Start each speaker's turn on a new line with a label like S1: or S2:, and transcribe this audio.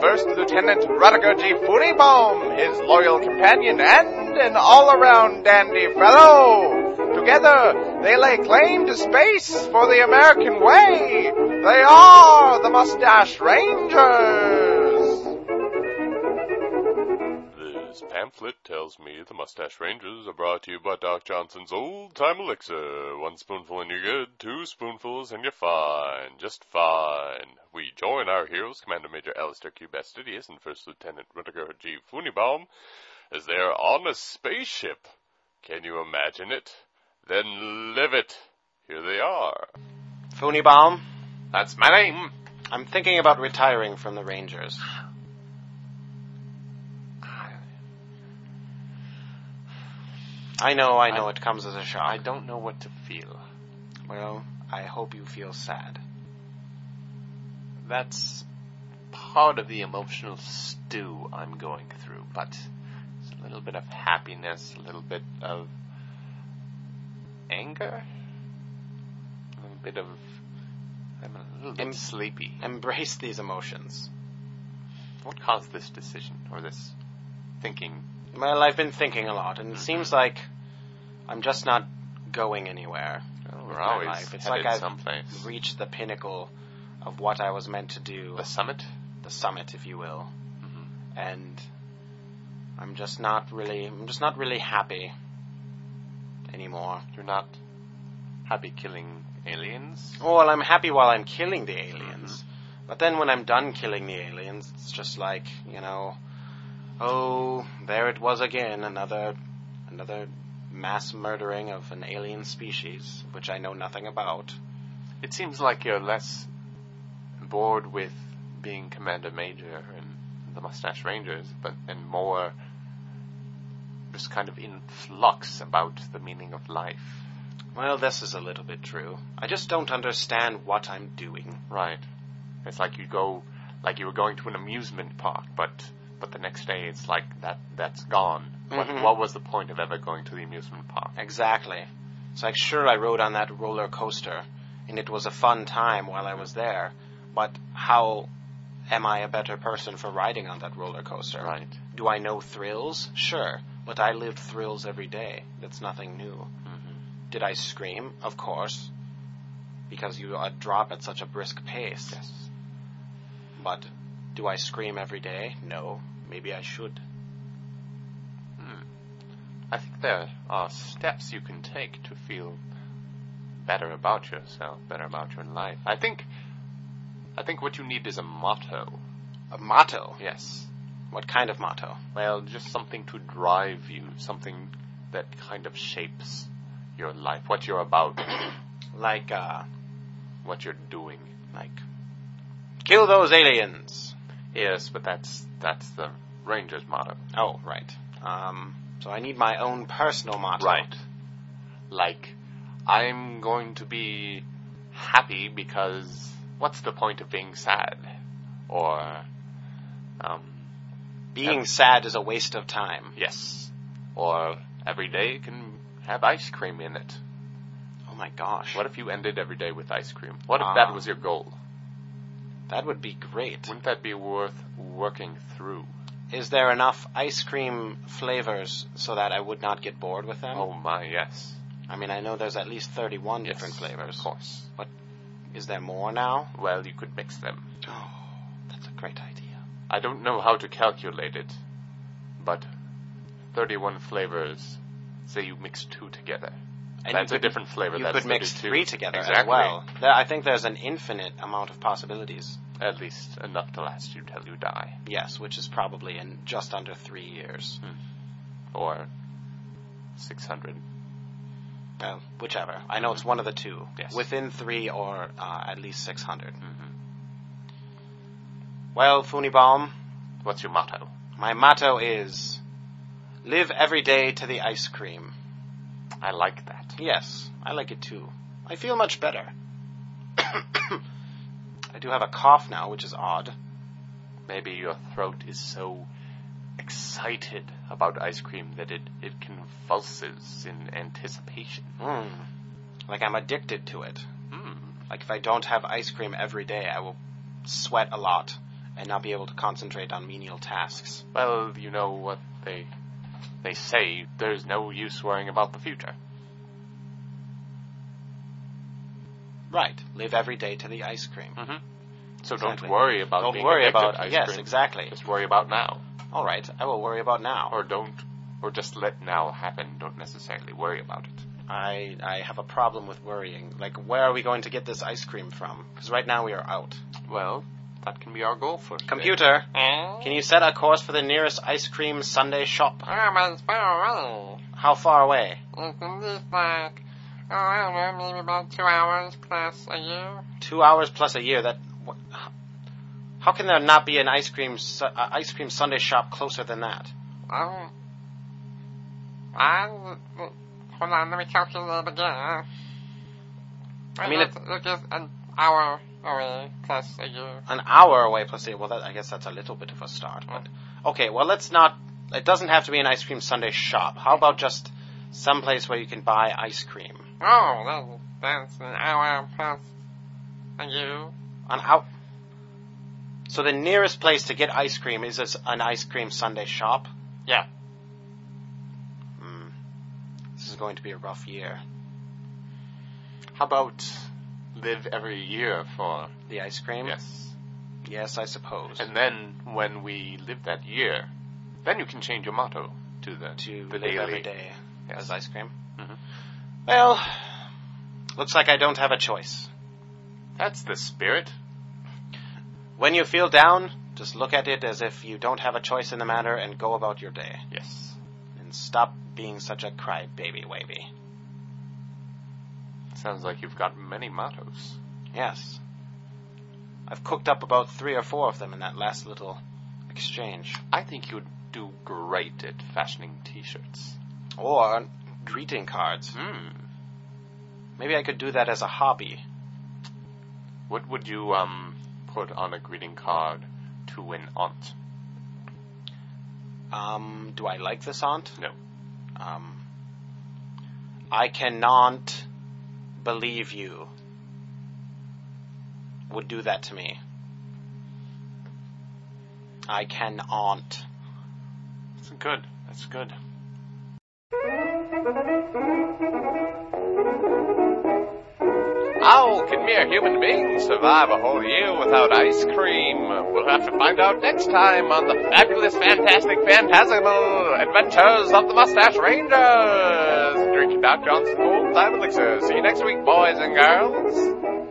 S1: First Lieutenant Rutger G. Funibaum, his loyal companion and an all-around dandy fellow. Together, they lay claim to space for the American way. They are the Mustache Rangers.
S2: This pamphlet tells me the Mustache Rangers are brought to you by Doc Johnson's Old Time Elixir. One spoonful and you're good, two spoonfuls and you're fine, just fine. We join our heroes, Commander Major Alistair Q. Bastidius and First Lieutenant Rutger G. Funibaum, as they are on a spaceship. Can you imagine it? Then live it. Here they are.
S3: Funibaum,
S1: That's my name.
S3: I'm thinking about retiring from the Rangers. I know, I know, it comes as a shock.
S4: I don't know what to feel.
S3: Well, I hope you feel sad.
S4: That's part of the emotional stew I'm going through, but it's a little bit of happiness, a little bit of anger, a little bit of. I'm a little bit
S3: Em-
S4: sleepy.
S3: Embrace these emotions.
S4: What caused this decision or this thinking?
S3: Well, I've been thinking a lot, and it seems like I'm just not going anywhere.
S4: Well, we're
S3: my
S4: always
S3: life. It's
S4: Oh, headed
S3: like I've
S4: someplace.
S3: Reach the pinnacle of what I was meant to do,
S4: the summit.
S3: the summit, if you will.
S4: Mhm.
S3: and I'm just not really I'm just not really happy anymore.
S4: You're not happy killing aliens.
S3: Oh, well, I'm happy while I'm killing the aliens. But then when I'm done killing the aliens, it's just like, you know, oh, there it was again, another another mass murdering of an alien species which I know nothing about.
S4: It seems like you're less bored with being Commander Major and the Mustache Rangers, but and more just kind of in flux about the meaning of life.
S3: Well, this is a little bit true. I just don't understand what I'm doing.
S4: Right. It's like you go, like you were going to an amusement park, but but the next day it's like that that's gone.
S3: Mhm.
S4: What, what was the point of ever going to the amusement park?
S3: Exactly. It's like, sure, I rode on that roller coaster, and it was a fun time while I was there, but how am I a better person for riding on that roller coaster?
S4: Right.
S3: Do I know thrills? Sure, but I lived thrills every day. That's nothing new.
S4: Mm-hmm.
S3: Did I scream? Of course, because you uh, drop at such a brisk pace.
S4: Yes.
S3: But do I scream every day? No. Maybe I should.
S4: I think there are steps you can take to feel better about yourself, better about your life. I think, I think what you need is a motto.
S3: A motto?
S4: Yes.
S3: What kind of motto?
S4: Well, just something to drive you, something that kind of shapes your life, what you're about,
S3: Like, uh,
S4: what you're doing.
S3: like, kill those aliens!
S4: Yes, but that's that's the Rangers motto.
S3: Oh, right. Um, so I need my own personal motto.
S4: Like, I'm going to be happy because what's the point of being sad? Or, um,
S3: Being sad is a waste of time.
S4: yes. Or every day can have ice cream in it.
S3: Oh my gosh.
S4: What if you ended every day with ice cream? What if
S3: Ah.
S4: that was your goal?
S3: That would be great.
S4: Wouldn't that be worth working through?
S3: Is there enough ice cream flavors so that I would not get bored with them?
S4: Oh my, yes.
S3: I mean, I know there's at least 31
S4: Yes,
S3: different flavors.
S4: Of course.
S3: Is there more now?
S4: Well, you could mix them.
S3: Oh, that's a great idea.
S4: I don't know how to calculate it, but 31 flavors. Say you mix two together.
S3: And
S4: that's
S3: you
S4: a
S3: could,
S4: different flavor.
S3: You
S4: that's
S3: could mix
S4: 32.
S3: three together as
S4: Exactly.
S3: well. There, I think there's an infinite amount of possibilities.
S4: At least enough to last you till you die.
S3: Yes, which is probably in just under three years.
S4: Or 600.
S3: Well, Um, whichever. I know it's one of the two.
S4: Yes.
S3: Within three or uh, at least 600.
S4: Mhm.
S3: Well, Funibaum,
S4: What's your motto?
S3: my motto is Live every day to the ice cream.
S4: I like that.
S3: Yes, I like it too. I feel much better. I do have a cough now, which is odd.
S4: Maybe your throat is so excited about ice cream that it, it convulses in anticipation.
S3: Mm. Like I'm addicted to it.
S4: Hmm.
S3: Like if I don't have ice cream every day, I will sweat a lot and not be able to concentrate on menial tasks.
S4: Well, you know what they they say. There's no use worrying about the future.
S3: Right. Live every day to the ice cream.
S4: So
S3: Exactly.
S4: don't worry about
S3: Don't
S4: being
S3: worry
S4: addicted
S3: about
S4: to ice
S3: yes,
S4: cream.
S3: exactly.
S4: Just worry about now,
S3: All right, I will worry about now.
S4: or don't, or just let now happen. Don't necessarily worry about it.
S3: I I have a problem with worrying. Like, where are we going to get this ice cream from? Because right now we are out.
S4: Well, that can be our goal for today.
S3: Computer,
S4: Eh?
S3: can you set a course for the nearest ice cream Sunday shop?
S5: Oh,
S4: Ah, but it's been a while.
S3: How far away?
S4: It's at least like, oh, I don't know, maybe about two hours plus a year.
S3: Two hours plus a year. That. What, how, how can there not be an ice cream su- uh, ice cream Sunday shop closer than that?
S5: Um, I, hold on, let me calculate again.
S3: I mean,
S5: it's, it's just an hour away plus a year.
S3: An hour away plus a year. Well, that, I guess that's a little bit of a start. But
S4: Mm.
S3: okay, well, let's not. It doesn't have to be an ice cream Sunday shop. How about just some place where you can buy ice cream?
S5: Oh, that's, that's an hour plus a year.
S3: On how? So the nearest place to get ice cream is as an ice cream Sunday shop.
S5: Yeah.
S3: Hmm. This is going to be a rough year.
S4: How about live every year for
S3: The ice cream.
S4: yes,
S3: Yes, I suppose.
S4: and then when we live that year, then you can change your motto to the
S3: to
S4: the
S3: live
S4: daily.
S3: every day as
S4: Yes.
S3: ice cream.
S4: Mhm.
S3: Well, looks like I don't have a choice.
S4: That's the spirit.
S3: When you feel down, just look at it as if you don't have a choice in the matter and go about your day.
S4: Yes.
S3: And stop being such a crybaby wavy.
S4: Sounds like you've got many mottos.
S3: Yes. I've cooked up about three or four of them in that last little exchange.
S4: I think you'd do great at fashioning t-shirts.
S3: Or greeting cards.
S4: Hmm. Mm-hmm.
S3: Maybe I could do that as a hobby.
S4: What would you um put on a greeting card to an aunt?
S3: Um, do I like this aunt?
S4: No.
S3: Um, I cannot believe you would do that to me. I can aunt.
S4: That's good. That's good.
S1: How can mere human beings survive a whole year without ice cream? We'll have to find out next time on the fabulous, fantastic, phantasmal adventures of the Mustache Rangers. Drinking Doc Johnson's old time elixir. See you next week, boys and girls.